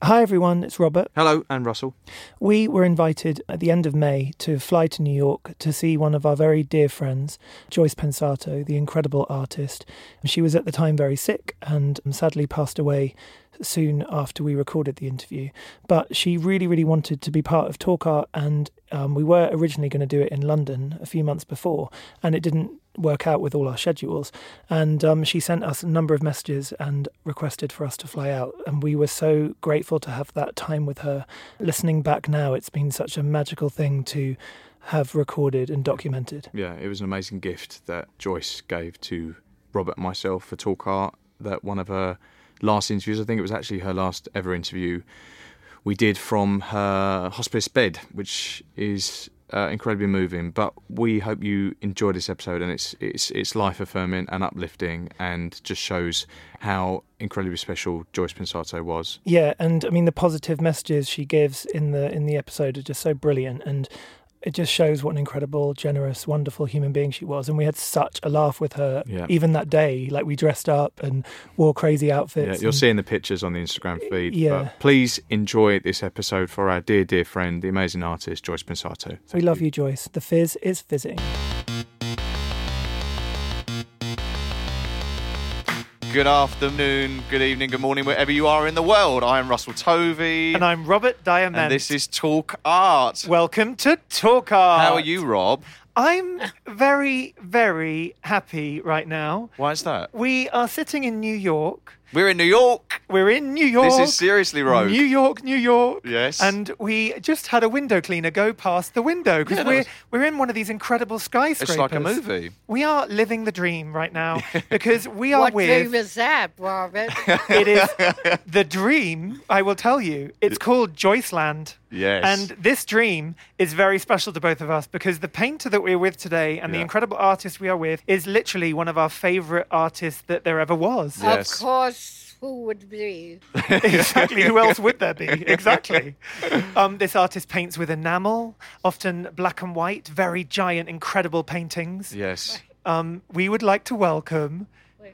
Hi everyone, it's Robert. Hello, and Russell. We were invited at the end of May to fly to New York to see one of our very dear friends, Joyce Pensato, the incredible artist. She was at the time very sick and sadly passed away soon after we recorded the interview. But she really, really wanted to be part of Talk Art, and um, we were originally going to do it in London a few months before, and it didn't work out with all our schedules. And um, she sent us a number of messages and requested for us to fly out. And we were so grateful to have that time with her. Listening back now, it's been such a magical thing to have recorded and documented. Yeah, it was an amazing gift that Joyce gave to Robert and myself for Talk Art. That one of her last interviews, I think it was actually her last ever interview, we did from her hospice bed, which is uh, incredibly moving. But we hope you enjoy this episode, and it's it's it's life affirming and uplifting, and just shows how incredibly special Joyce Pensato was. Yeah, and I mean the positive messages she gives in the in the episode are just so brilliant and it just shows what an incredible, generous, wonderful human being she was. And we had such a laugh with her Yeah. even that day. Like we dressed up and wore crazy outfits. Yeah, and- you're seeing the pictures on the Instagram feed. Yeah. But please enjoy this episode for our dear, dear friend, the amazing artist Joyce Pensato. we love you. Joyce. The fizz is fizzing. Good afternoon, good evening, good morning, wherever you are in the world. I am Russell Tovey. And I'm Robert Diamant. And this is Talk Art. Welcome to Talk Art. How are you, Rob? I'm very, very happy right now. Why is that? We are sitting in New York. We're in New York. We're in New York. This is seriously rogue. New York, New York. Yes. And we just had a window cleaner go past the window because Yeah, that we're was- we're in one of these incredible skyscrapers. like a movie. We are living the dream right now because we are what with dream is that, Robert? it is the dream. I will tell you. It's called Joyceland. Yes. And this dream is very special to both of us because the painter that we're with today and the Yeah. incredible artist we are with is literally one of our favorite artists that there ever was. Yes. Of course, who would be? exactly. Who else would there be? Exactly. Um, this artist paints with enamel, often black and white, very giant, incredible paintings. Yes. Um, we would like to welcome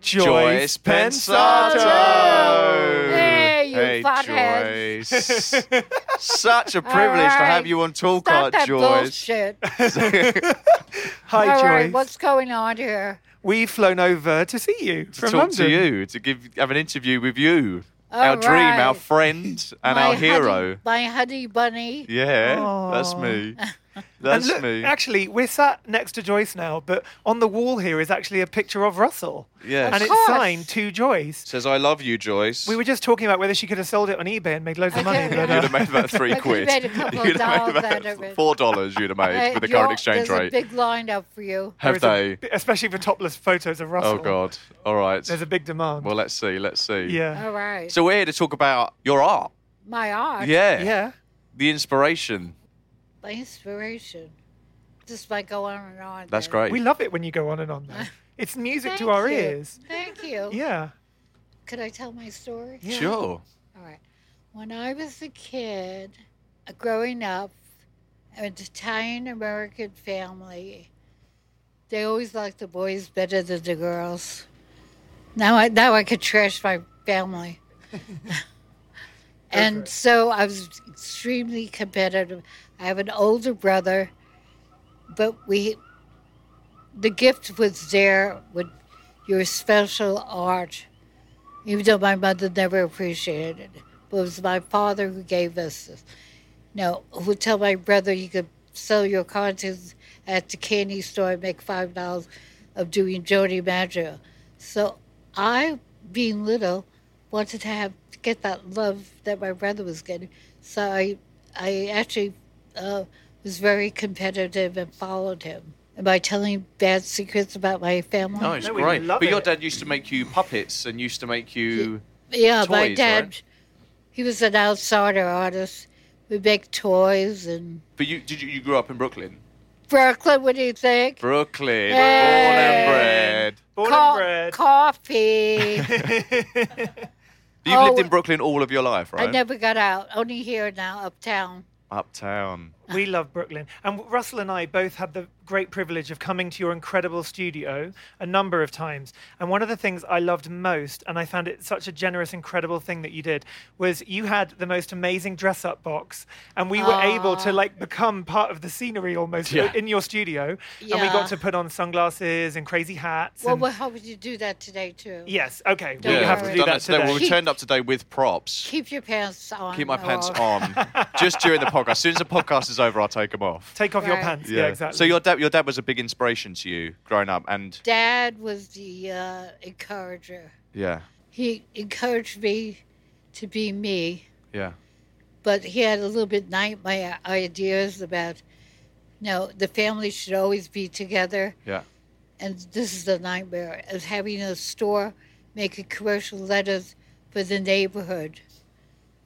Joyce Joyce, Pensato. Hey, you hey, fathead. Joyce. Such a All privilege to have right. you on Talk Stop Art, that Joyce. bullshit. Hi, All Joyce. right, what's going on here? We've flown over to see you To from talk London. to you, to give have an interview with you. our All dream, our Oh, right. friend, and our My hero. honey- my honey bunny. Yeah, that's Aw. me. And That's look, me. actually, we're sat next to Joyce now, but on the wall here is actually a picture of Russell. Yes. And Of it's course. signed to Joyce. Says, I love you, Joyce. We were just talking about whether she could have sold it on eBay and made loads of money. Okay. But, You'd uh, have made about three I quid. could've made a couple of You'd have dollars made out about of it. Four dollars you'd have made Hey, with the you're- current exchange Uh, there's rate. a big line up for you. have there is they? a- especially for topless photos of Russell. Oh God! All right. There's a big demand. Well, let's see. Let's see. yeah. All right. So we're here to talk about your art. my art, Yeah. Yeah. The inspiration. my inspiration. This might go on and on. That's then. great. We love it when you go on and on, though. It's music Thank to our you. ears. Thank you. Yeah. Could I tell my story? Yeah. Sure. All right. When I was a kid, uh, growing up, an Italian American family, they always liked the boys better than the girls. Now I now I could trash my family. and so I was extremely competitive. I have an older brother, but we the gift was there with your special art even though my mother never appreciated it. But it was my father who gave us this. Now, who tell my brother you could sell your contents at the candy store and make five dollars of doing Jody Maggio. So I, being little, wanted to have get that love that my brother was getting. So I, I actually uh, was very competitive and followed him. Am I telling bad secrets about my family? No, it's No, we great. love But your it. dad used to make you puppets and used to make you. Yeah, my toys, dad. right? He was an outsider artist. We make toys and But you did you, you grew up in Brooklyn. Brooklyn. What do you think? Brooklyn, Hey. Born born and bred. Co- and bred. coffee. You've Oh, lived in Brooklyn all of your life, I right? never got out. Only here now, uptown. Uptown. We love Brooklyn. And Russell and I both had the great privilege of coming to your incredible studio a number of times. And one of the things I loved most, and I found it such a generous, incredible thing that you did, was you had the most amazing dress up box. And we were able to Ah. like become part of the scenery almost Yeah. in your studio. And we Yeah. got to put on sunglasses and crazy hats. Well, and- well, how would you do that today too? yes, okay. Don't We have to worry. do Done that today. Well, we turned up today with props. Keep your pants on. Keep my pants or- on just during the podcast. As soon as the podcast is over, I'll take them off. Take off your Right. pants. Yeah, exactly. So your dad, your dad was a big inspiration to you growing up, and Dad was the uh, encourager. yeah, He encouraged me to be me. yeah. but he had a little bit night my ideas about you know the family should always be together Yeah. and this is the nightmare of having a store making commercial letters for the neighborhood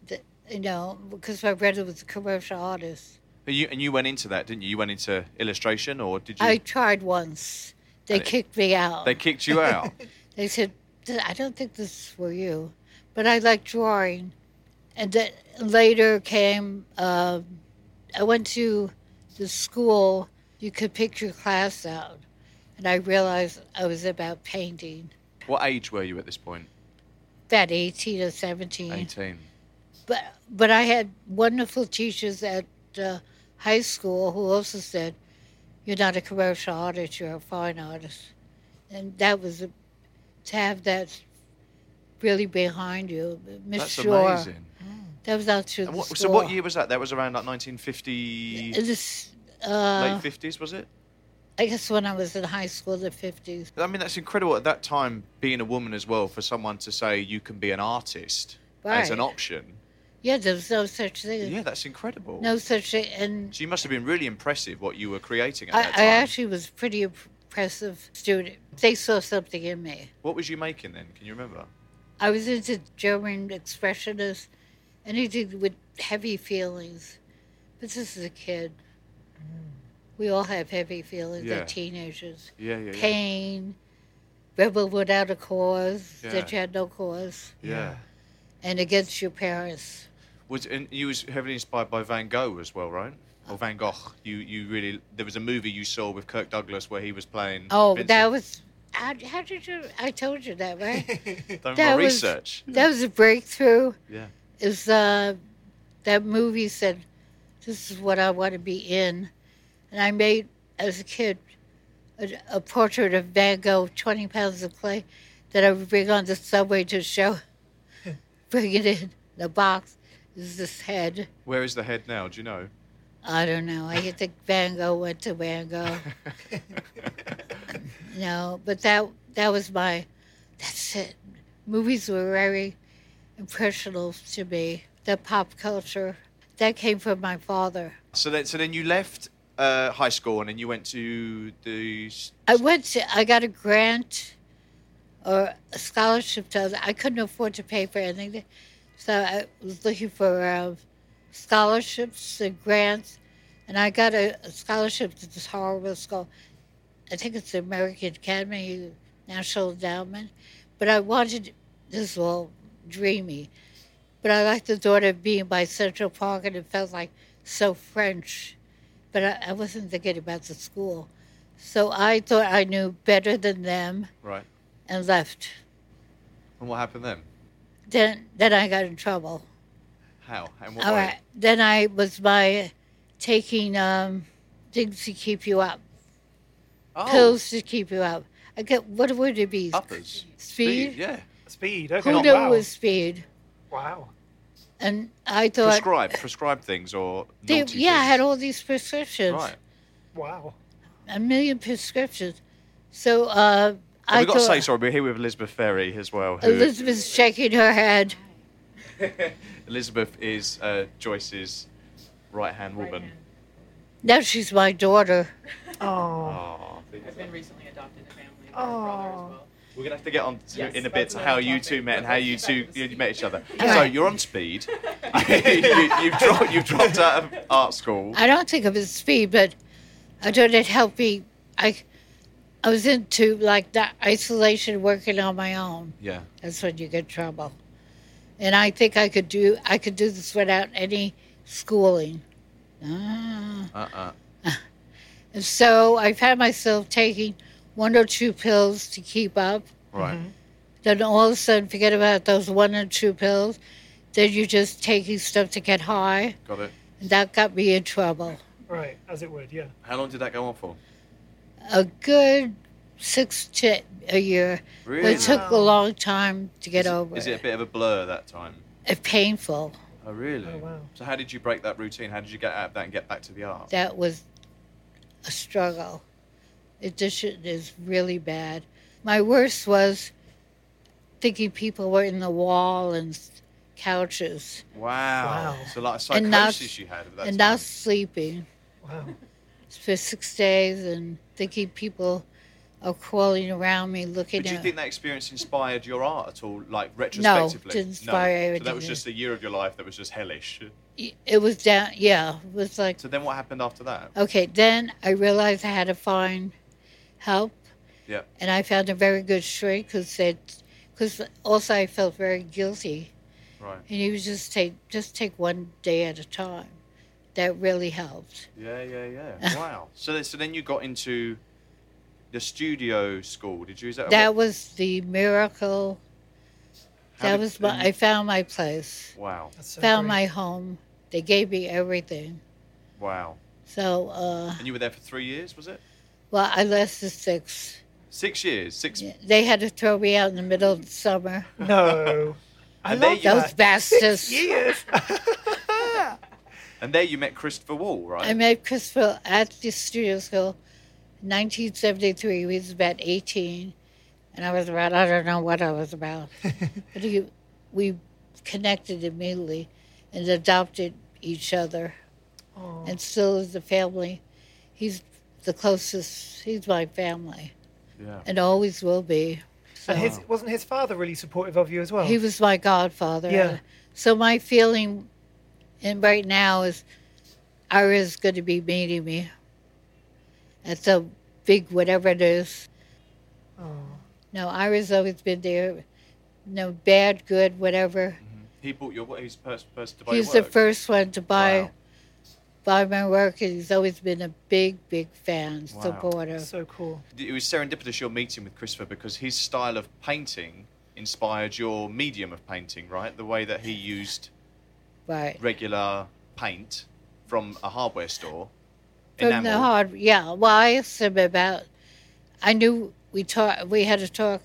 Th- you know because my brother was a commercial artist And you and you went into that, didn't you? You went into illustration, or did you? i tried once they And it- kicked me out they they, kicked you out. said "Th- i don't think this is for you but i like drawing and then later came um, I went to the school, you could pick your class out. And I realized I was about painting, what age were you at this point? about 18 or 17. Eighteen. But, but I had wonderful teachers at uh, high school who also said, You're not a commercial artist, you're a fine artist. And that was a, to have that really behind you. Miss That's Shore, amazing. That was out through And the what, school. so what year was that? That was around like 1950, This, uh, late 50s, was it? I guess when I was in high school, the 50s. I mean, that's incredible at that time being a woman as well for someone to say you can be an artist as an Right. option. Yeah, there was no such thing. Yeah, that's incredible. No such thing. And So you must have been really impressive what you were creating at I, that I time. actually was a pretty impressive student. They saw something in me. What was you making then? Can you remember? I was into German expressionist, anything with heavy feelings. But this is a kid. We all have heavy feelings. Yeah. They're teenagers. Yeah, yeah, yeah. Pain, rebel without a cause, that Yeah. you had no cause, Yeah. and against your parents. Was and you was heavily inspired by Van Gogh as well, right? Or Van Gogh. You you really there was a movie you saw with Kirk Douglas where he was playing. Oh, Vincent. that was. How, how did you? I told you that, right? Done that my was- research. that was a breakthrough. Yeah. Is uh, that movie said, "This is what I want to be in," and I made as a kid a, a portrait of Van Gogh, twenty pounds of clay, that I would bring on the subway to show. bring it in the box. Is this head? Where is the head now? Do you know? I don't know. I think Van Gogh went to Van Gogh. no, but that that was my. That's it. Movies were very impressionable to me. The pop culture that came from my father. So then so then you left uh, high school and then you went to the s- I went. To, I got a grant or a scholarship to. I couldn't afford to pay for anything, so I was looking for uh, scholarships and grants, and I got a, a scholarship to this horrible school. I think it's the American Academy National Endowment, but I wanted. This is all dreamy, but I liked the thought of being by Central Park, and it felt like so French. But I, I wasn't thinking about the school. So I thought I knew better than them right. and left. And what happened then? Then then I got in trouble. How and what? All way? right. Then I was by taking um, things to keep you up, Oh, pills to keep you up. I get what would it be? uppers. Speed. Yeah. Speed. Okay. Who oh, knew wow. it was speed? wow. And I thought, Prescribe, prescribe things or they, naughty yeah, I had things. all these prescriptions, right. Wow. a million prescriptions. So uh, I We've got to thought say sorry. We're here with Elizabeth Ferry as well. Who, Elizabeth's shaking her head. Elizabeth is uh, Joyce's right hand woman. Now she's my daughter. Oh. been recently adopted a family. and got a brother as well. We're gonna have to get on to, Yes, in a bit that's to how another you topic. two met and how you two you, you met each other. So Alright. you're on speed. you, you've dropped you've dropped out of art school. I don't think it was speed, but I thought it helped me. I, I was into like that isolation, working on my own. Yeah. That's when you get trouble. And I think I could do I could do this without any schooling. Ah. Uh. uh And so I found myself taking one or two pills to keep up. Right. Then all of a sudden, forget about those one or two pills. Then you're just taking stuff to get high. Got it. And that got me in trouble. Right. As it would. Yeah. How long did that go on for? A good six to a year. But Really? It took a long time to Is get it- over. Is it a bit of a blur that time? It painful. Oh really? Oh, wow. So how did you break that routine? How did you get out of that and get back to the art? that was a struggle. Addiction is really bad. My worst was thinking people were in the wall and s- couches Wow. Wow. So like a And now- psychosis you had at that and time. not sleeping Wow. for six days and thinking people are crawling around me looking But do you at think that experience inspired your art at all, like retrospectively? didn't inspire So that was anything. just a year of your life that was just hellish. Y- it was down yeah it was like So then what happened after that? okay then i realized i had to find help Yeah. and i found a very good shrink who said because also i felt very guilty Right. and you just take just take one day at a time. That really helped. Yeah, yeah, yeah. wow. So then, so then you got into the studio school. Did you? Is that, That was the miracle. How that did- was my. I found my place. Wow. That's so found great. my home. They gave me everything. Wow. So, uh, And you were there for three years, was it? well, I lasted six. Six years. Six. They had to throw me out in the middle of the summer. No. I And there love you- Those that. bastards. Yes. And there you met Christopher Wall, right? I met Christopher at the studio school, 1973. He was about 18, and I was about I don't know what I was about, but he, we connected immediately, and adopted each other, and still is a family. He's the closest. He's my family, Yeah. and always will be. And his wasn't his father really supportive of you as well? He was my godfather. Yeah. So my feeling, and right now is, Ira's going to be meeting me. At the big whatever it is. No, Ira's always been there. No bad, good, whatever. He bought your. He's the first person to buy he's your the work. first one to buy Wow. buy my work, and he's always been a big, big fan, Wow. supporter. so cool. It was serendipitous your meeting with Christopher because his style of painting inspired your medium of painting, right? The way that he used right. regular paint from a hardware store. From enamel. the hard, yeah. Well, I asked him about. I knew we talk. We had a talk.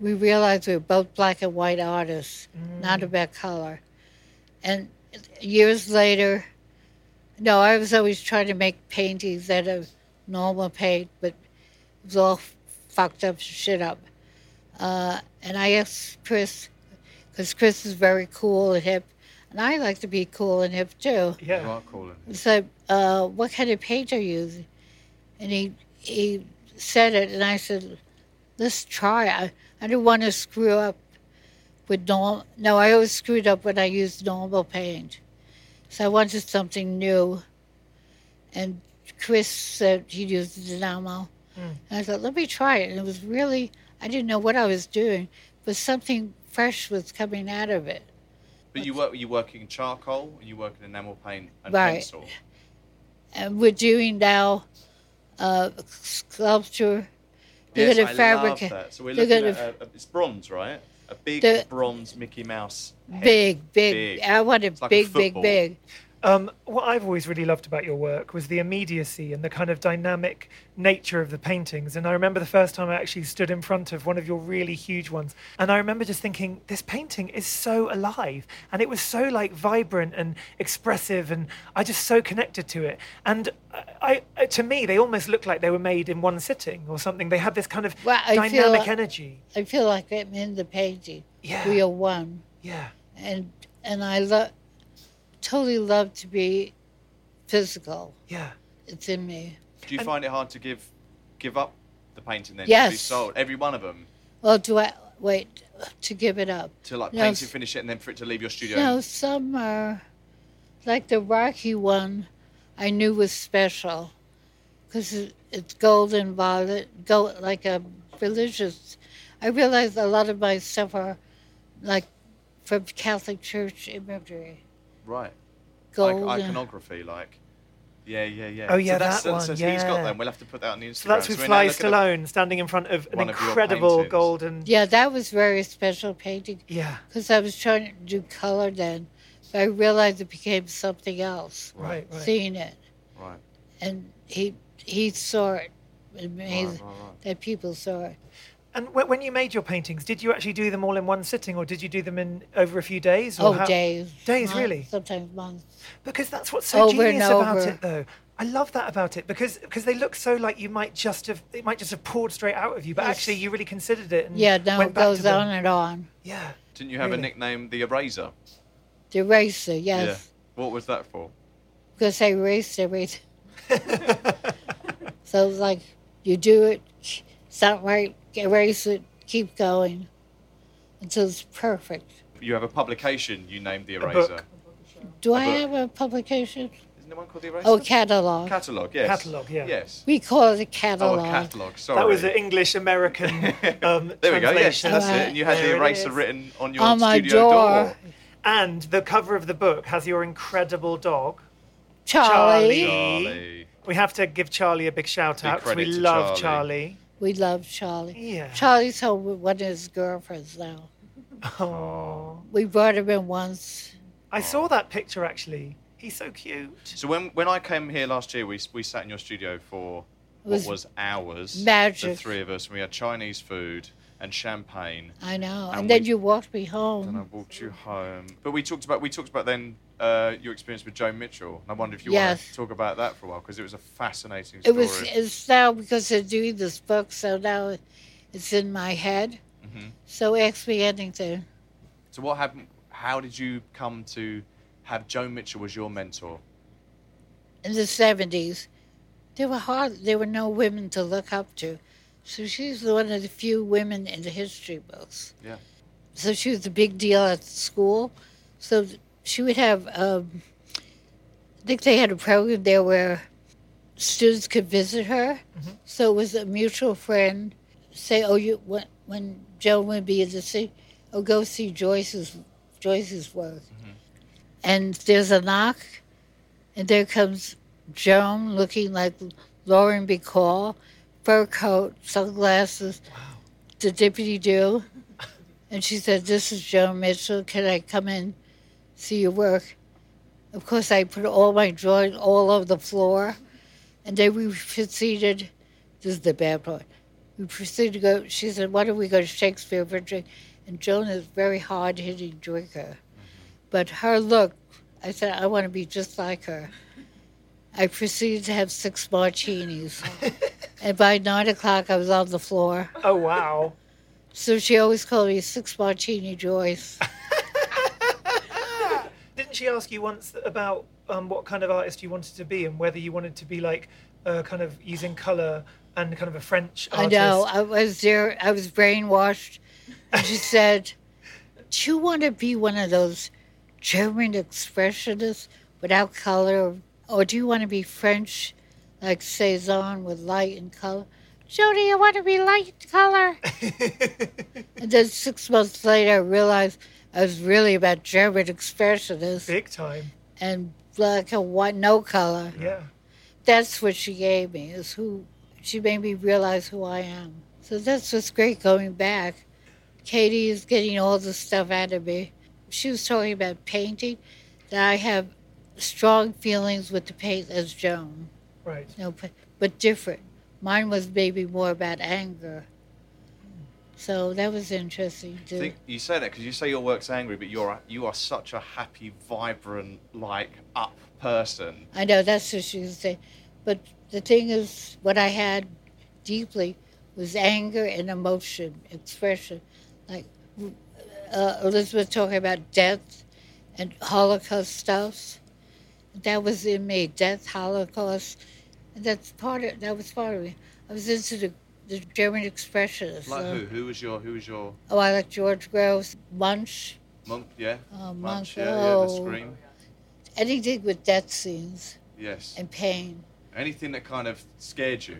We realized we were both black and white artists, not about color. And years later, no, I was always trying to make paintings out of normal paint, but it was all fucked up shit up. Uh, and I asked Chris, because Chris is very cool and hip, and I like to be cool and hip too. You Yeah. are calling. So, uh, what kind of paint are you using? And he he said it, and I said, "Let's try." I I didn't want to screw up with normal. No, I always screwed up when I used normal paint, so I wanted something new. And Chris said he used Dynamo, and I thought, "Let me try it." And it was really I didn't know what I was doing, but something fresh was coming out of it. But you work. You working in charcoal and you work in enamel paint and Right. pencil. and uh, we're doing now uh, sculpture. They're Yes, going I to love fabricate that. So we're they're looking gonna at a, a- it's bronze, right? A big The- bronze Mickey Mouse. head. big, big, Big. I want it It's like a big, big, football. big. Um, what I've always really loved about your work was the immediacy and the kind of dynamic nature of the paintings. And I remember the first time I actually stood in front of one of your really huge ones. And I remember just thinking, this painting is so alive. And it was so like vibrant and expressive. And I just so connected to it. And I, I to me, they almost looked like they were made in one sitting or something. They had this kind of Well, I feel- dynamic energy. I feel like I'm in the painting. Yeah. We are one. Yeah. And and I love totally love to be physical. Yeah. It's in me. Do you find it hard to give give up the painting then? To be Yes. sold, every one of them, Well, do I wait to give it up? to like No, paint it, s- finish it, and then for it to leave your studio. No, some are like the Rocky one. I knew was special because it, it's gold and violet, gold like a religious. I realized a lot of my stuff are like from Catholic Church imagery, Right. Like gold. and- iconography, like. Yeah, yeah, yeah. Oh, yeah, so that that's, that's- one, that's- He's got yeah. them. We'll have to put that on the Instagram. So that's with when I Sly look at the- Stallone standing in front of an One of your incredible paintings. golden. yeah, that was very special painting Yeah. because I was trying to do color then, but I realized it became something else. Right, right. Seeing it, Right. and he he saw it. Amazing right, right. that people saw it. And wh- when you made your paintings, did you actually do them all in one sitting, or did you do them in over a few days? Or Oh, how- days. Days, months, really? Sometimes months. Because that's what's so Over and genius about over. it, though. I love that about it because because they look so like you might just have it might just have poured straight out of you, but Yes. actually you really considered it. And Yeah, now Mm. went it back to goes them. on and on. Yeah. Didn't you have Really? a nickname, the Eraser? The racer, yes. Yeah. What was that for? Because I raced everything. so it's like you do it, it's not right, erase it, keep going until it's perfect. You have a publication you named the Eraser. book. Do I have a publication? Isn't there one called the Eraser? Oh, catalog. Catalogue, yes. Catalogue, yeah. Yes. we call it a Oh, catalog. a catalogue, sorry. That was an English American um, There we go, yes, translation. that's it. Alright. And you had There the it Eraser is. written on your On my studio door. And the cover of the book has your incredible dog, Charlie. Charlie. Charlie. We have to give Charlie a big shout out because we credit to love Charlie. Charlie. We love Charlie. Yeah. Charlie's home with one of his girlfriends now. Oh. We brought him in once. I saw that picture actually. He's so cute. So when when I came here last year, we we sat in your studio for was what was hours. The magic. three of us. and We had Chinese food and champagne. I know. And, And then we- you walked me Then I home. walked you home. But we talked about we talked about then uh, your experience with Joe Mitchell. And I wonder if you want Yes. to talk about that for a while because it was a fascinating It story. was it's now because they're doing this book, so now it's in my head. So ask me anything. So what happened? How did you come to have Joe Mitchell as your mentor? In the seventies, there were hard. There were no women to look up to, so she's one of the few women in the history books. Yeah. so she was a big deal at school. So she would have, um, I think they had a program there where students could visit her. So it was a mutual friend say, "Oh, you when, when Joan would be in the city, oh, go see Joyce's Joyce's work." And there's a knock, and there comes Joan looking like Lauren Bacall, fur coat, sunglasses, the deputy do. And she said, This is Joan Mitchell. Can I come in, see your work? Of course, I put all my drawing all over the floor. And then we proceeded, this is the bad part. We proceeded to go, she said, Why don't we go to Shakespeare for a drink? And Joan is a very hard hitting drinker. But her look, I said, I want to be just like her. I proceeded to have six martinis. and by nine o'clock, I was on the floor. Oh wow. So she always called me Six Martini Joyce. Didn't she ask you once about um, what kind of artist you wanted to be and whether you wanted to be like uh, kind of using color and kind of a French I artist? know. I was there. I was brainwashed. And she said, "Do you want to be one of those German expressionists without color, or do you want to be French, like Cezanne with light and color?" Jody, I want to be light and color. and then six months later, I realized I was really about German expressionists Big time. and black and white, no color. Yeah. that's what she gave me is who she made me realize who I am. So that's what's great going back. Katie is getting all the stuff out of me. She was talking about painting that I have strong feelings with the paint as Joan. Right. No, but, but different. Mine was maybe more about anger. So that was interesting too. Think, you say that because you say your work's angry, but you're a, you are such a happy, vibrant, like up person. I know that's what she was saying, but the thing is, what I had deeply was anger and emotion expression, like uh, Elizabeth talking about death and Holocaust stuff. That was in me, death, Holocaust. And that's part of that was part of me. I was into the, the German expressionists. Like uh, who? Who was your who was your Oh, I like George Groves, Munch, monk? Yeah, Oh, monk, Yeah, yeah, the oh. scream. anything with death scenes Yes. and pain. anything that kind of scared you.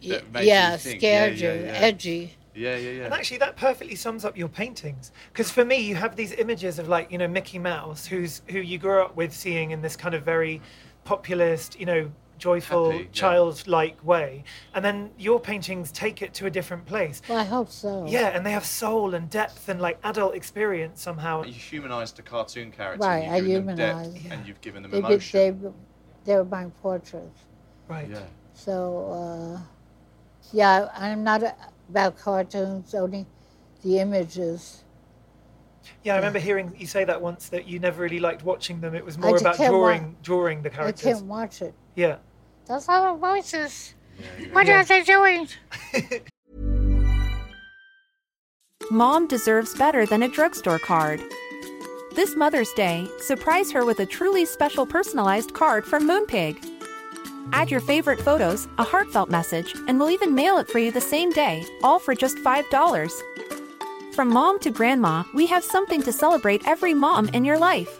Y- That makes yeah, you think, yeah, scared yeah, you, yeah. edgy. Yeah, yeah, yeah. And actually, that perfectly sums up your paintings. Because for me, you have these images of like you know Mickey Mouse, who's who you grew up with seeing in this kind of very populist, you know, joyful, Happy, yeah. childlike way, and then your paintings take it to a different place. Well, I hope so. Yeah, and they have soul and depth and like adult experience somehow. you humanised the cartoon character. Right, you've I given them depth humanised. and you've given them They, did, emotion. they, they were my portraits. Right. Yeah. So, uh, yeah, I'm not about cartoons, only the images. Yeah, I remember hearing you say that once that you never really liked watching them. It was more just about can't wa- drawing, drawing the I characters. can't watch it. Yeah. Those are the voices. What are they doing? Mom deserves better than a drugstore card. This Mother's Day, surprise her with a truly special personalized card from Moonpig. Add your favorite photos, a heartfelt message, and we'll even mail it for you the same day, all for just $5. From mom to grandma, we have something to celebrate every mom in your life.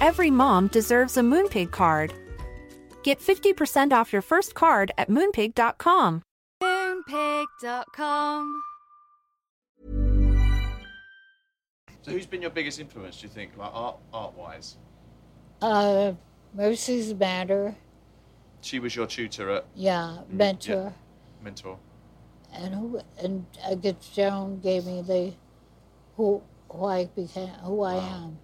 Every mom deserves a Moonpig card. Get 50% off your first card at moonpig.com. Moonpig.com. So who's been your biggest influence? Do you think, like art, art wise? Uh, Mercies Matter. She was your tutor at Yeah, mentor. mentor. And who? And I guess Joan gave me the who who I became, who I am.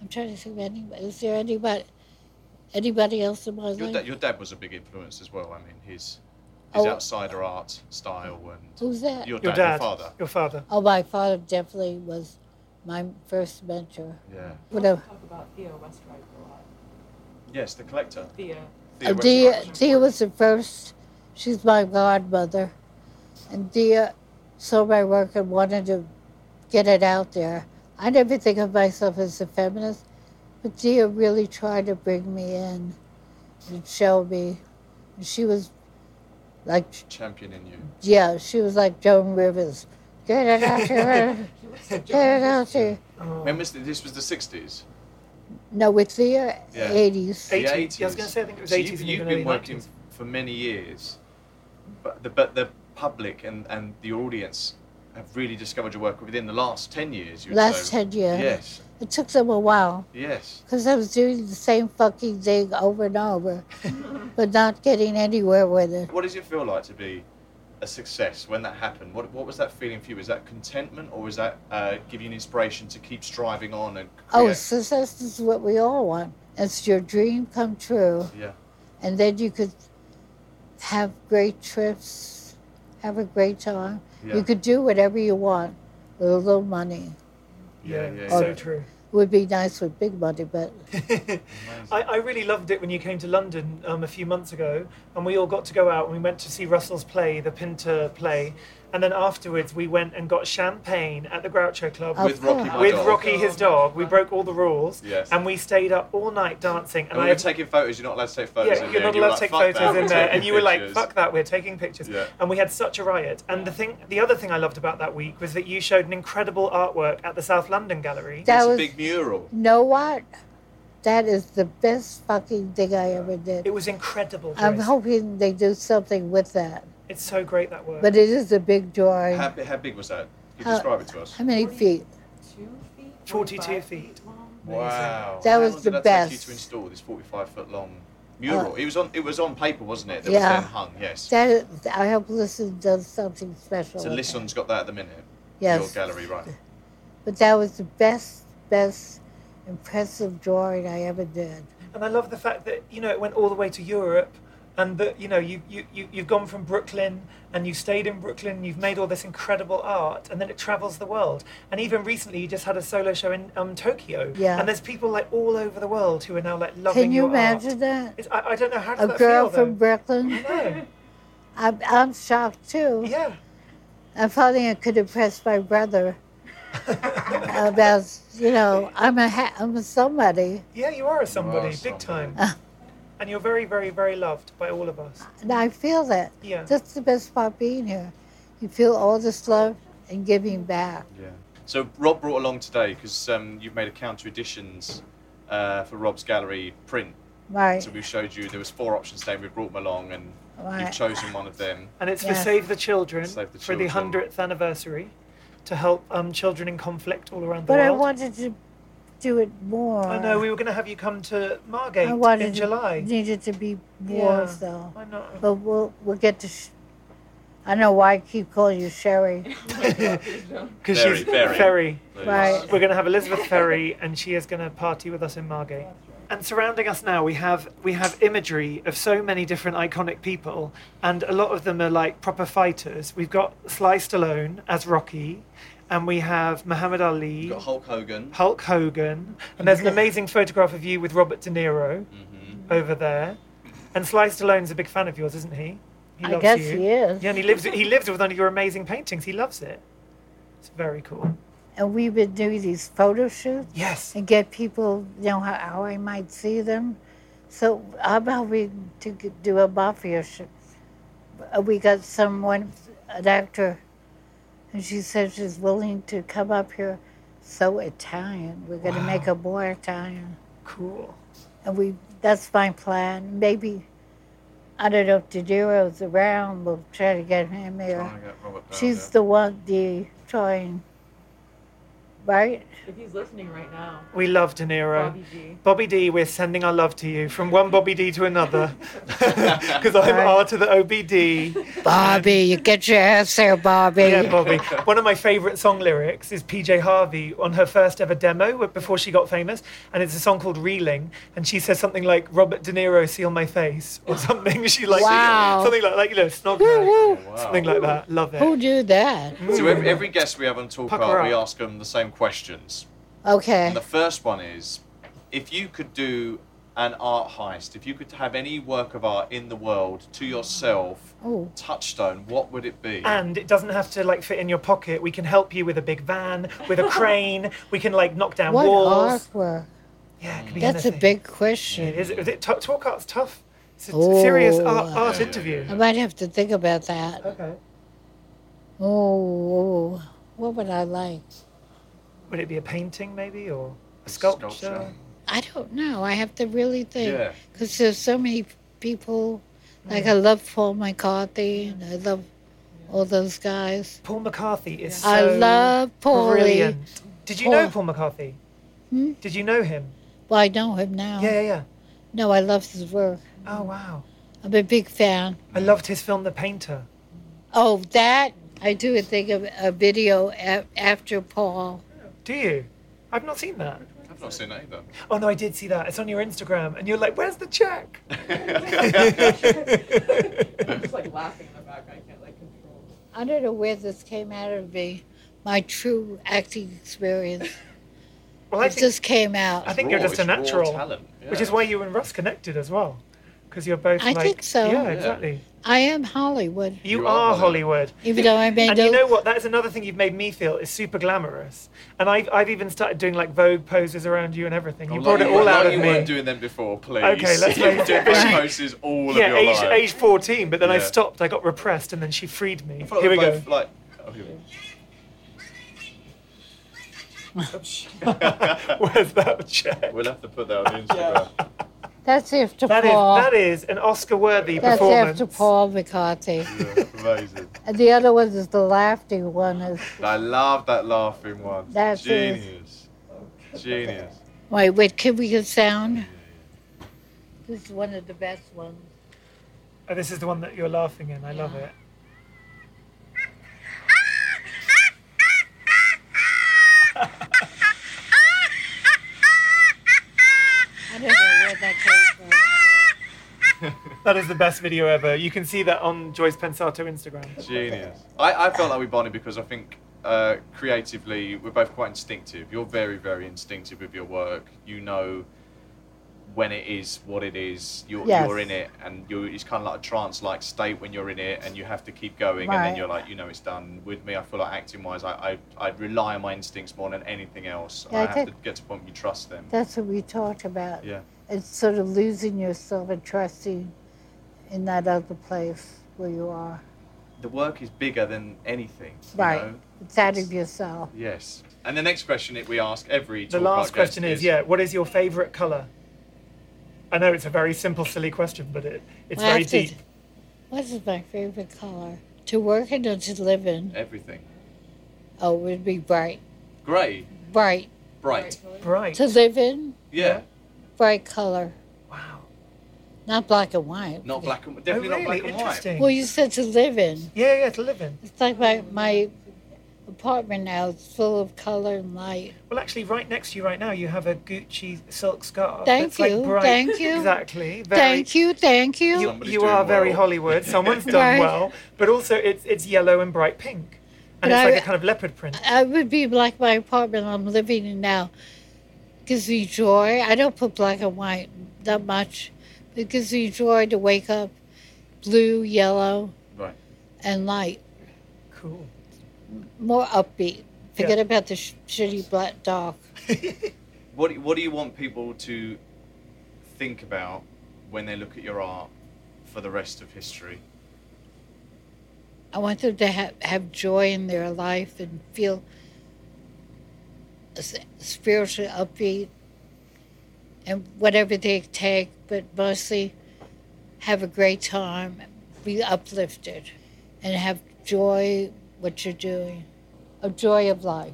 I'm trying to think of anybody. Is there anybody anybody else in my Your, life? da- your dad was a big influence as well. I mean, his his Oh. outsider art style and Who's that? your dad, Your dad. your father. Your father. Oh, my father definitely was my first mentor. Yeah. Whatever. Talk about Theo Westwright a lot. Yes, the collector. Theo. Uh, Westbrook. Dia, Dia was the first. She's my godmother, and Dia saw my work and wanted to get it out there. I never think of myself as a feminist, but Dia really tried to bring me in and show me. And she was like, championing you. yeah, she was like Joan Rivers. Get it out there, get it out there. Remember, this was the 60s. No, with uh, Dia, Yeah. 80s. The 80s. 80s. Yeah, I was gonna say, I think it was So 80s and You've, even you've been early working 90s. for many years, but the, but the public and, and the audience have really discovered your work within the last 10 years. You would Last say. 10 years. Yes, It took them a while. yes. because I was doing the same fucking thing over and over, but not getting anywhere with it. What does it feel like to be a success when that happened? What, what was that feeling for you? Was that contentment or was that uh, give you an inspiration to keep striving on and Oh, create? success is what we all want. It's your dream come true, yeah. and then you could have great trips, have a great time. Yeah. You could do whatever you want with a little money. Yeah, yeah, so yeah. true. It would be nice with big money, but I, I really loved it when you came to London um, a few months ago, and we all got to go out and we went to see Russell's play, the Pinter play, and then afterwards we went and got champagne at the Groucho Club Of With Rocky, my course. with dog. Rocky, his dog. We broke all the rules, Yes. and we stayed up all night dancing. And we were taking photos. You're not allowed to take photos. yeah, in you're there. not You were allowed to like, take "Fuck photos that, in we're there, taking and you were like, pictures." "Fuck that, we're taking pictures." Yeah. And we had such a riot. And the thing, the other thing I loved about that week was that you showed an incredible artwork at the South London Gallery. that It's a was. big mural. know what? That is the best fucking thing I ever did. It was incredible. I'm Joyce. hoping they do something with that, It's so great that work. but it is a big drawing. How, bi- how big was that? Can you How- describe it to us? How many feet? Two feet? 42 feet. Wow. That How was long the did that Take you best. Uh, to install this 45 foot long mural. it was on. It was on paper, wasn't it? That Yeah. was then hung. Yes. That is, I hope Listen does something special. so with Lisson's got that at the minute. Yes. Your gallery, right? it. But that was the best, best impressive drawing I ever did. And I love the fact that you know it went all the way to Europe, and that you know you you you you've gone from Brooklyn and you stayed in Brooklyn. You've made all this incredible art, and then it travels the world. And even recently, you just had a solo show in um, Tokyo. Yeah. And there's people like all over the world who are now like loving Can you your imagine art. that? It's, I, I don't know how does A that girl feel, from though. Brooklyn. No. I'm, I'm shocked too. Yeah. I'm probably I could impress my brother about you know I'm a ha- I'm a somebody Yeah, you are a somebody, big somebody. time. and you're very, very, very loved by all of us. and I feel that. Yeah. That's the best part being here. You feel all this love and giving back. Yeah. So Rob brought along today because um, you've made a counter editions uh, for Rob's gallery print. Right. So we showed you there was four options today. and We brought them along, and Right. you've chosen one of them. And it's for Yeah. Save the Children Save the for the Children. hundredth anniversary to help um, children in conflict all around the But I world. wanted to do it more. I know we were going to have you come to Margate I wanted in to- July. needed to be Yeah. more so. I know. But we'll we'll get to. Sh- I know why I keep calling you Sherry. Because Ferry, she's ferry. ferry. Right. We're going to have Elizabeth Ferry, and she is going to party with us in Margate. And surrounding us now, we have we have imagery of so many different iconic people, and a lot of them are like proper fighters. We've got Sly Stallone as Rocky, and we have Muhammad Ali, You've got Hulk Hogan. Hulk Hogan, and there's an amazing photograph of you with Robert De Niro over there. And Sly Stallone's a big fan of yours, isn't he? He I guess he is. Yeah, and he lives he lives with one of your amazing paintings. He loves it. It's very cool. And we've been doing these photo shoots Yes. and get people, you know, how, how I might see them. So how about we to g- do a mafia shoot? Uh, We got someone, an actor, and she said she's willing to come up here. So Italian, we're going to make a boy Italian. Cool. And we that's my plan. Maybe I don't know if De Niro's around, we'll try to get him here. Trying to get Robert down She's there. the one the trying right? If he's listening right now, We love De Niro. Bobby G. Bobby D, we're sending our love to you from one Bobby D to another. Because I'm Right. R to the OBD. Bobby, you get your ass there, Bobby. Yeah, Bobby. One of my favourite song lyrics is PJ Harvey on her first ever demo before she got famous, and it's a song called "Reeling," and she says something like "Robert De Niro, seal my face" or something. She like Wow. something like like you know snog her, Wow. something like that. Love Who it. do that? So every, every guest we have on Talk Pucker Art, we up. ask them the same questions. Okay. And the first one is, if you could do an art heist, if you could have any work of art in the world to yourself, Oh. touchstone, what would it be? And it doesn't have to like fit in your pocket. We can help you with a big van, with a crane. We can like knock down What walls. artwork? Yeah, it could be That's a anything. big It question. is. Is it t- talk art's tough. It's a serious Oh. art, art Yeah, yeah, interview. I might have to think about that. Okay. Oh, oh. what would I like? Would it be a painting maybe or a sculpture? Sculpture. I don't know. I have to really think. Yeah. Because there's so many people. Like, I love Paul McCarthy, and I love all those guys. Paul McCarthy is so I love Paulie. brilliant. Did you know Paul- Paul Hmm? McCarthy? Did you know him? Well, I know him now. Yeah, yeah, yeah. No, I love his work. Oh wow! I'm a big fan. I loved his film The Painter. Oh, that I do think of a video a- after Paul. Do you? I've not seen that. I've not seen that either. Oh no, I did see that. It's on your Instagram, and you're like, "Where's the check?" I'm just like laughing in the background. I can't like control. I don't know where this came out of me. My true acting experience. Well, I It think, just came out. I I, think you're Raw, just a it's raw natural, talent, which yeah. is why you and Russ connected as well, because you're both. I like, think so. Yeah, Yeah. exactly. am Hollywood, You, You are, are Hollywood. even though I made And those. you know what? That is another thing you've made me feel is super glamorous. And I've, I've even started doing like Vogue poses around you and everything. You Like brought it were- all out like of you weren't me. doing them before, please. Okay, let's you were face doing it. big poses all Yeah, of your age, life. age 14, but then I Yeah. stopped. I got repressed and then she freed me. I feel like Here we go. we're both, Like, oh, here we go. Where's that check? We'll have to put that on the Instagram. That's after That is, Paul. that is an Oscar worthy That's performance. after Paul McCarthy. Yeah, amazing. And the other one is the laughing one. Is I love that laughing one. That's it. Genius. Genius. wait, wait, can we get sound? This is one of the best ones. Oh, this is the one that you're laughing in. I love it. I don't know where that came That is the best video ever. You can see that on Joyce Pensato Instagram. Genius. I, I felt like we bonded because I think uh, creatively we're both quite instinctive. You're very, very instinctive with your work. You know when it is, what it is. You're, Yes. you're in it, and you it's kind of like a trance-like state when you're in it, and you have to keep going, and then Right. you're like, you know, it's done. With me, I feel like acting-wise, I, I, I rely on my instincts more than anything else. Yeah, I I have think- to get to a point where you trust them. That's what we talked about. Yeah. It's sort of losing yourself and trusting in that other place where you are. The work is bigger than anything. you Right. know? It's out of yourself. Yes. And the next question that we ask every The Talk last Podcast question is, yeah, what is your favorite color? I know it's a very simple, silly question, but it, it's Well, I very have to- deep. What is my favorite color? To work in or to live in? everything. Oh, it would be bright. Grey, Bright. bright. Bright. To live in, Yeah. bright color. Wow. Not black and white. Not black and definitely oh, really? not black and white. Interesting. Well, you said to live in. yeah, yeah, to live in. It's like my, my apartment now is full of color and light. Well, actually, right next to you right now, you have a Gucci silk scarf. Thank that's, like, you, bright. thank you. Exactly. Very, Thank you, thank you. You, Somebody's you doing are very well. Hollywood. Someone's done Right. well, but also it's it's yellow and bright pink, and But it's I- like a kind of leopard print. I would be like my apartment I'm living in now. Gives me joy. I don't put black and white that much. but It gives me joy to wake up blue, yellow, Right. and light. Cool. More upbeat. Forget Yeah. about the sh- shitty black dog. What do- What do you want people to think about when they look at your art for the rest of history? I want them to have, have joy in their life and feel s- spiritually upbeat and whatever they take, but mostly have a great time, be uplifted, and have joy what you're doing, a joy of life.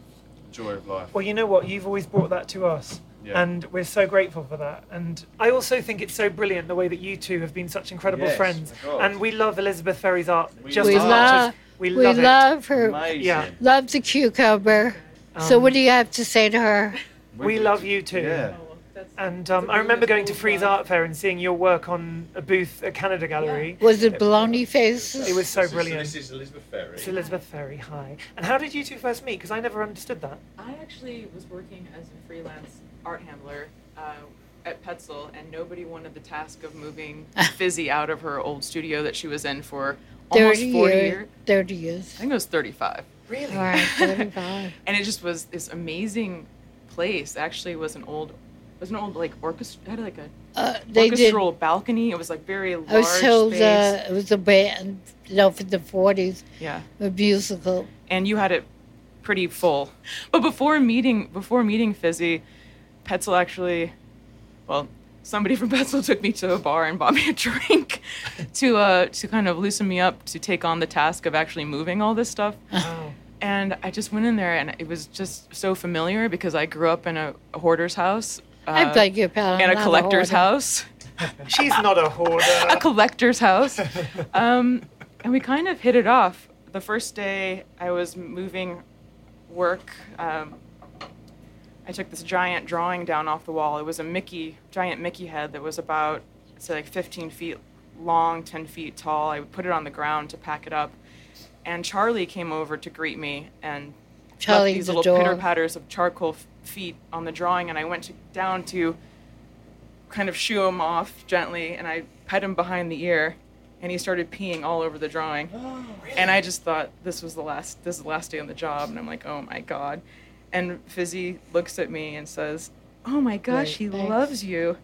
Joy of life. Well, you know what? You've always brought that to us. Yeah. And we're so grateful for that. And I also think it's so brilliant the way that you two have been such incredible Yes, friends. my God. And we love Elizabeth Ferry's art We just we as much as love, we Oh, we, love it. love her, Amazing. yeah. love the cucumber. so, what do you have to say to her? We love you too. Yeah. And um, I remember going to Freeze Art Fair and seeing your work on a booth at Canada Gallery. Was it baloney faces? It was so brilliant. is Elizabeth Ferry. It's Elizabeth Ferry, hi. And how did you two first meet? Because I never understood that. I actually was working as a freelance art handler uh, at Petzl, and nobody wanted the task of moving Fizzy out of her old studio that she was in for almost 40 years. years. 30 years. I think it was 35. Really? All right, 35. And it just was this amazing place. Actually, was an old, was an old like orchestra. Had like a Uh, they did. orchestral balcony. It was like very large I was told space. uh, it was a band, you know, from the 40s, yeah. a musical. and you had it pretty full. But before meeting before meeting Fizzy, Petzl actually, well, somebody from Petzl took me to a bar and bought me a drink to uh, to kind of loosen me up to take on the task of actually moving all this stuff. Wow. And I just went in there and it was just so familiar because I grew up in a, a hoarder's house. I beg your pardon. Uh, I'm and a not collector's hoarder. house She's not a hoarder. a collector's house. Um, and we kind of hit it off. The first day I was moving work, um, I took this giant drawing down off the wall. It was a Mickey, giant Mickey head that was about, say, like 15 feet long, 10 feet tall. I would put it on the ground to pack it up. And Charlie came over to greet me and left Charlie these the little dog. pitter patters of charcoal f- feet on the drawing. And I went to, down to kind of shoo him off gently, and I pet him behind the ear, and he started peeing all over the drawing. Oh, And I just thought this was the last this is the last day on the job, and I'm like, oh my god. And Fizzy looks at me and says, oh my gosh, Right, he thanks. loves you.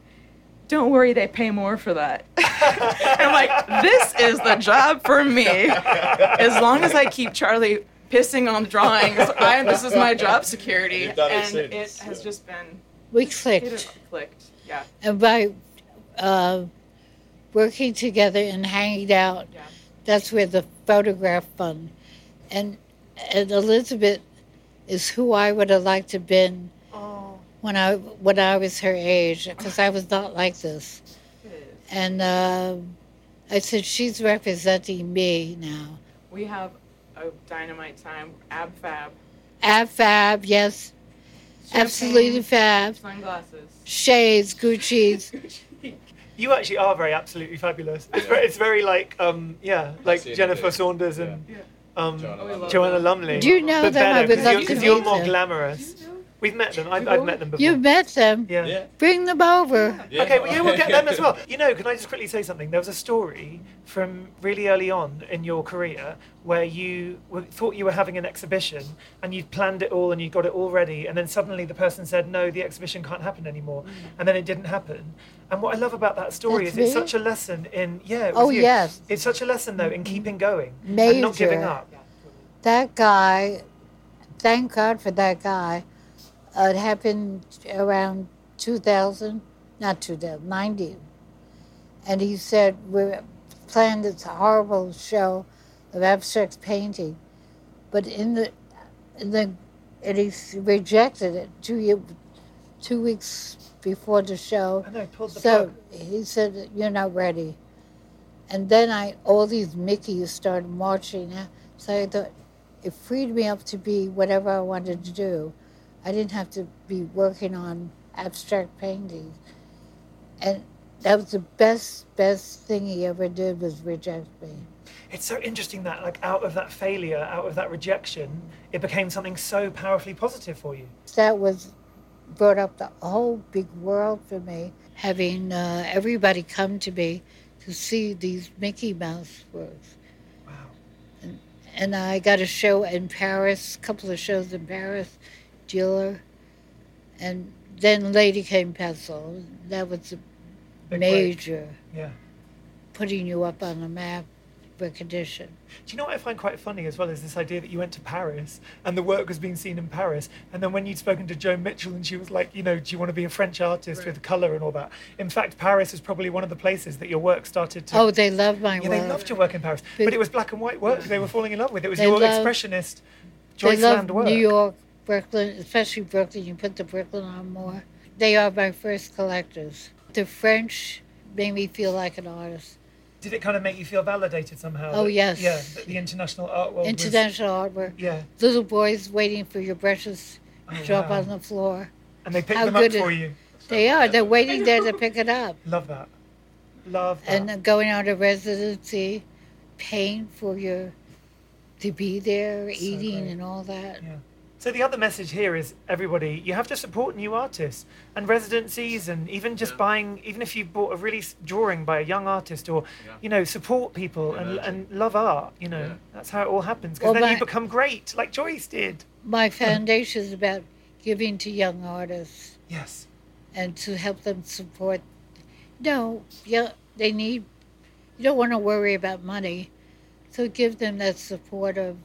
Don't worry, they pay more for that. And I'm like, this is the job for me. As long as I keep Charlie pissing on the drawings, I, this is my job security. You've done it And it since, has just been, We it has clicked. clicked. Yeah. And by uh, working together and hanging out, Yeah. that's where the photograph fun. And, and Elizabeth is who I would have liked to have been Oh, when I when I was her age because I was not like this. And um I said, she's representing me now. We have a dynamite time, ab fab, Ab Fab, yes, absolutely fab. sunglasses. Shades, Gucci's, You actually are very absolutely fabulous. It's very- It's very like, um, yeah, like see it in Jennifer there. Saunders and um, Joanna, Lumley. Lumley. Do you know but them? I better, would 'cause love you're, to 'cause you're meet more them. glamorous. We've met them. I've, I've met them before. You've met them. yeah. Yeah. Bring them over. Okay, well, yeah, we'll get them as well. You know, can I just quickly say something? There was a story from really early on in your career where you were, thought you were having an exhibition and you'd planned it all and you got it all ready, and then suddenly the person said, No, the exhibition can't happen anymore. And then it didn't happen. And what I love about that story That's is it's me? such a lesson in, yeah, it was Oh, you. yes. It's such a lesson, though, in keeping going and not giving Major. up. That guy, thank God for that guy. Uh, it happened around 2000, not 2000, 90. And he said, We're playing this horrible show of abstract painting. But in the, in the and he s- rejected it two, year, two weeks before the show. I know, pulled the So plug. he said, "You're not ready," and then I all these Mickeys started marching. So I thought it freed me up to be whatever I wanted to do. I didn't have to be working on abstract painting, and that was the best best thing he ever did was reject me. It's so interesting that, like, out of that failure, out of that rejection, it became something so powerfully positive for you. That was brought up the whole big world for me. Having uh, everybody come to me to see these Mickey Mouse works. Wow. and I got a show in Paris, a couple of shows in Paris, dealer, and then Lady Came Pencil. That was a Big break. major Yeah. putting you up on the map recognition. Do you know what I find quite funny as well is this idea that you went to Paris and the work was being seen in Paris, and then when you'd spoken to Joan Mitchell and she was like, you know, do you want to be a French artist with colour and all that? In fact, Paris is probably one of the places that your work started to. Oh, they love my yeah, work. they loved your work in Paris, but, But- it was black and white work they were falling in love with. It was They your love- expressionist, they Joyce love Land work. New York, Brooklyn, especially Brooklyn. You put the Brooklyn on more. They are my first collectors. The French made me feel like an artist. Did it kind of make you feel validated somehow? Oh, that- yes. Yeah, that the international art world. was- International artwork. yeah, Little boys waiting for your brushes to drop wow. on the floor. and they picked How them up good it- for you. They are. They're waiting there to pick it up. Love that. Love that. And going on a residency, paying for your to be there, eating great. and all that. Yeah. So the other message here is everybody, you have to support new artists and residencies and even just buying even if you bought a really s- drawing by a young artist or you know, support people and, and love art, you know. That's how it all happens because Well, then you my- become great like Joyce did. My foundation is about giving to young artists Yes. and to help them support. No, yeah, they need. You don't want to worry about money, so give them that support of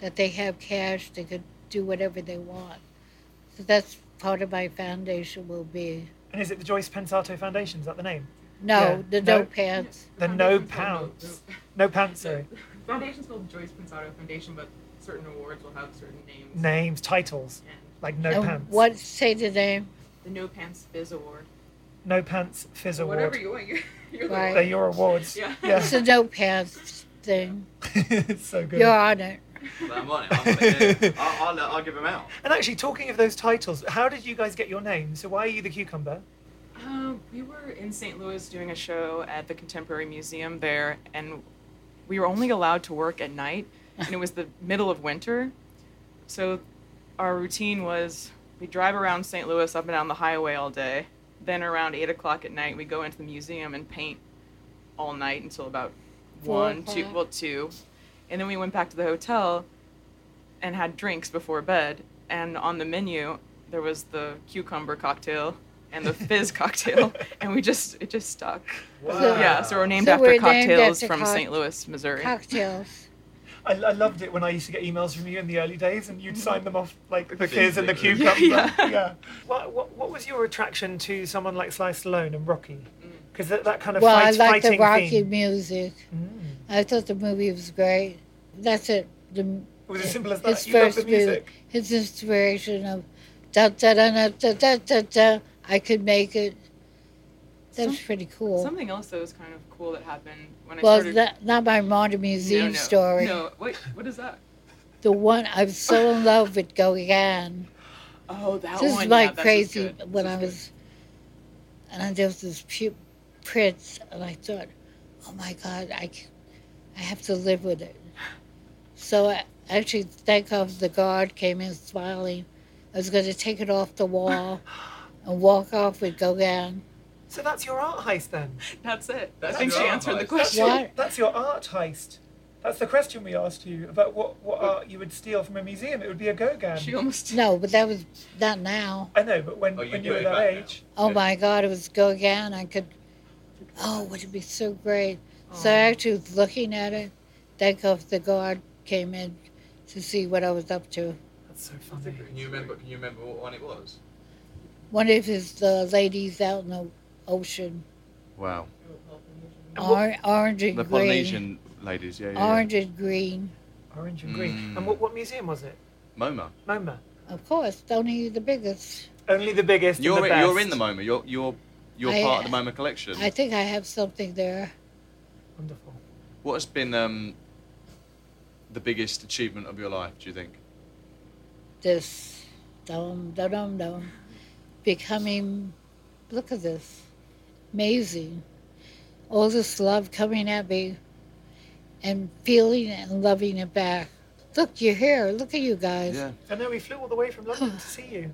that they have cash. They could do whatever they want. So that's part of my foundation will be. And is it the Joyce Pensato Foundation? Is that the name? No, Yeah. the No. no pants. The No Pounds. No Pants, sorry. Foundation's called Joyce Pensato Foundation, but certain awards will have certain names. Names, titles. And Like No And Pants. What say the name? the No Pants Fizz Award. No Pants Fizz Award. Whatever you want, you're, you're the Right. They're your awards. Yeah. yeah. It's a no pants thing. it's so good. You're on it. I'm on it. I'm on it. yeah. I'll, I'll, I'll give him out. And actually, talking of those titles, how did you guys get your name? So why are you the cucumber? Um, we were in St. Louis doing a show at the Contemporary Museum there, and we were only allowed to work at night, and it was the middle of winter. So our routine was we drive around St. Louis up and down the highway all day. Then around 8 o'clock at night, we go into the museum and paint all night until about Four 1, 2, o'clock. well, 2. And then we went back to the hotel and had drinks before bed. And on the menu, there was the cucumber cocktail and the fizz cocktail, and we just it just stuck. So, Yeah, so we're named So after we're named cocktails after from cock- St. Louis, Missouri. Cocktails. I, I loved it when I used to get emails from you in the early days, and you'd sign them off like the kids and the cucumber. Yeah. What, what, what was your attraction to someone like Sly Stallone and Rocky? Because that, that kind of Well, I fight, like the fighting Rocky theme. Mm. music. I thought the movie was great. That's it. The, was as simple as that. His you love first the move, music. his inspiration of da da da da da da da da. I could make it. That was pretty cool. Something else that was kind of cool that happened when I well, started. not, not my modern no, museum no, story. No, wait, what is that? The one I'm so in love with Gauguin. Oh, that This one. is yeah, like that's just crazy good. when This I is was, and I, there was this pu- Prince, and I thought, oh my God, I, c- I have to live with it. So I actually, thank God the guard came in smiling. I was going to take it off the wall and walk off with Gauguin. So that's your art heist then? That's it. I think she answered the That's question. your- That's your art heist. That's the question we asked you about what, what art you would steal from a museum. It would be a Gauguin. She almost. No, but that was not now. I know, but when, when Oh, you were that age. Oh my God, it was Gauguin. I could, oh, would it be so great? So Oh. I actually was looking at it. Thank God the guard came in to see what I was up to. That's so funny. Can you remember? Can you remember what one it was? One of his uh, ladies out in the ocean, Wow. or, orange and The green. Polynesian ladies, yeah, yeah. yeah. Orange and green. Orange and green. Hmm. And what, what museum was it? MoMA. MoMA. Of course, only the biggest. Only the biggest. and You're the in, best. you're in the MoMA. You're you're you're I- part of the MoMA collection. I think I have something there. Wonderful. What has been um, the biggest achievement of your life? Do you think? This dum dum dum dum, becoming. Look at this, amazing. All this love coming at me, and feeling it and loving it back. Look, you're here. Look at you guys. Yeah, I know we flew all the way from London to see you.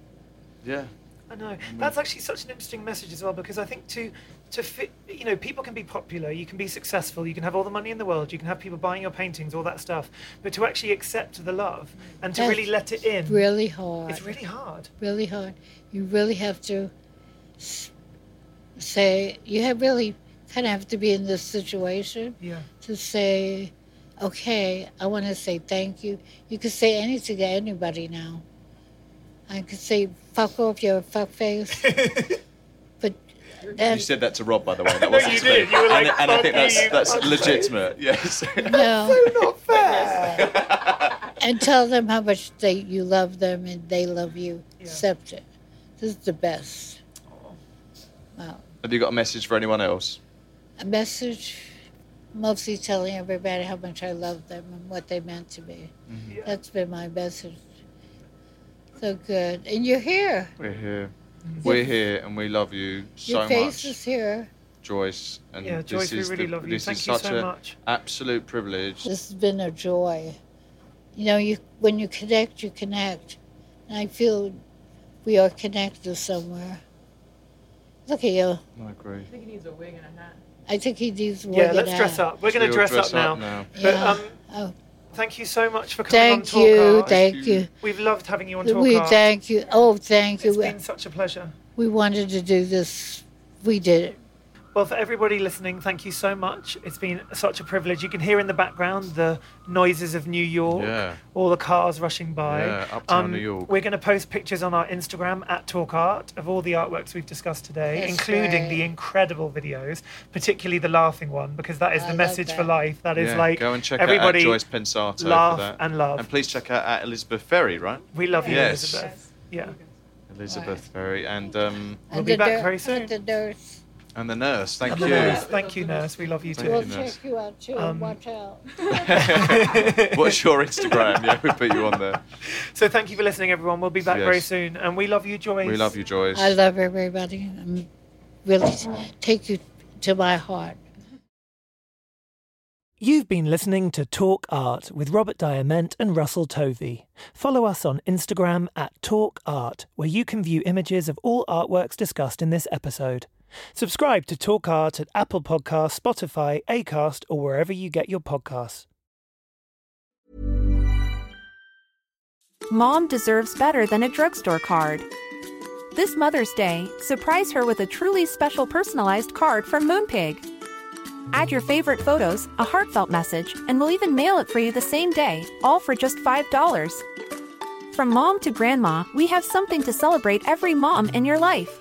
yeah. I know. Hmm. That's actually such an interesting message as well because I think to to fit, you know, people can be popular, you can be successful, you can have all the money in the world, you can have people buying your paintings, all that stuff, but to actually accept the love and to That's really let it in, Really hard. it's really hard. really hard. You really have to s- say, you have really kind of have to be in this situation Yeah. to say, okay, I want to say thank you. You could say anything to anybody now. I could say, fuck off, you're a fuck face. but You that, said that to Rob, by the way. That wasn't you to me. did. You were like, and, and I "Fuck think you, that's you that's fuck legitimate. Yes. no, Not fair. and tell them how much they you love them and they love you. Accept it. This is the best. Wow. Have you got a message for anyone else? a message mostly telling everybody how much I love them and what they meant to me. Mm-hmm. That's been my message. So good. And you're here. We're here. We're here, and we love you so Your much, face is here. Joyce. And Yeah, this Joyce, we is really the, love you. This Thank is you such so an much. absolute privilege. This has been a joy. You know, you when you connect, you connect. And I feel we are connected somewhere. Look at you. I agree. I think he needs a wig and a hat. I think he needs more Yeah, than let's dress that. up. We're going to We'll dress, dress up now. up now. But Yeah. um, Oh, thank you so much for coming on thank Talk you, Art. thank you. you. We've loved having you on Talk We Art. thank you. Oh, thank It's you. been such a pleasure. we wanted to do this. We did it. Well, for everybody listening, thank you so much. It's been such a privilege. You can hear in the background the noises of New York, Yeah. all the cars rushing by. Um, Yeah, uptown New York. We're going to post pictures on our Instagram at Talk Art of all the artworks we've discussed today, That's including the right. incredible videos, particularly the laughing one, because that is the I love message for that. life. That is yeah, like go and check everybody. out at Joyce Pensato laugh for that. and love. And please check out at Elizabeth Ferry, right? we love you, Yes. Elizabeth. Yeah. Elizabeth Ferry and um, We'll And be the back nur- very soon. and The nurse. and the nurse. Thank you. Nurse, Thank you, nurse. We love you too. Thank We'll you, nurse. check you out too. Um, Watch out. What's your Instagram? Yeah, we put you on there. So thank you for listening, everyone. We'll be back Yes. very soon, and we love you, Joyce. We love you, Joyce. I love everybody. I'm really Uh-huh. take you to my heart. You've been listening to Talk Art with Robert Diament and Russell Tovey. Follow us on Instagram at Talk Art, where you can view images of all artworks discussed in this episode. Subscribe to Talk Art at Apple Podcasts, Spotify, Acast, or wherever you get your podcasts. Mom deserves better than a drugstore card. This Mother's Day, surprise her with a truly special personalized card from Moonpig. Add your favorite photos, a heartfelt message, and we'll even mail it for you the same day, all for just $5. From mom to grandma, we have something to celebrate every mom in your life.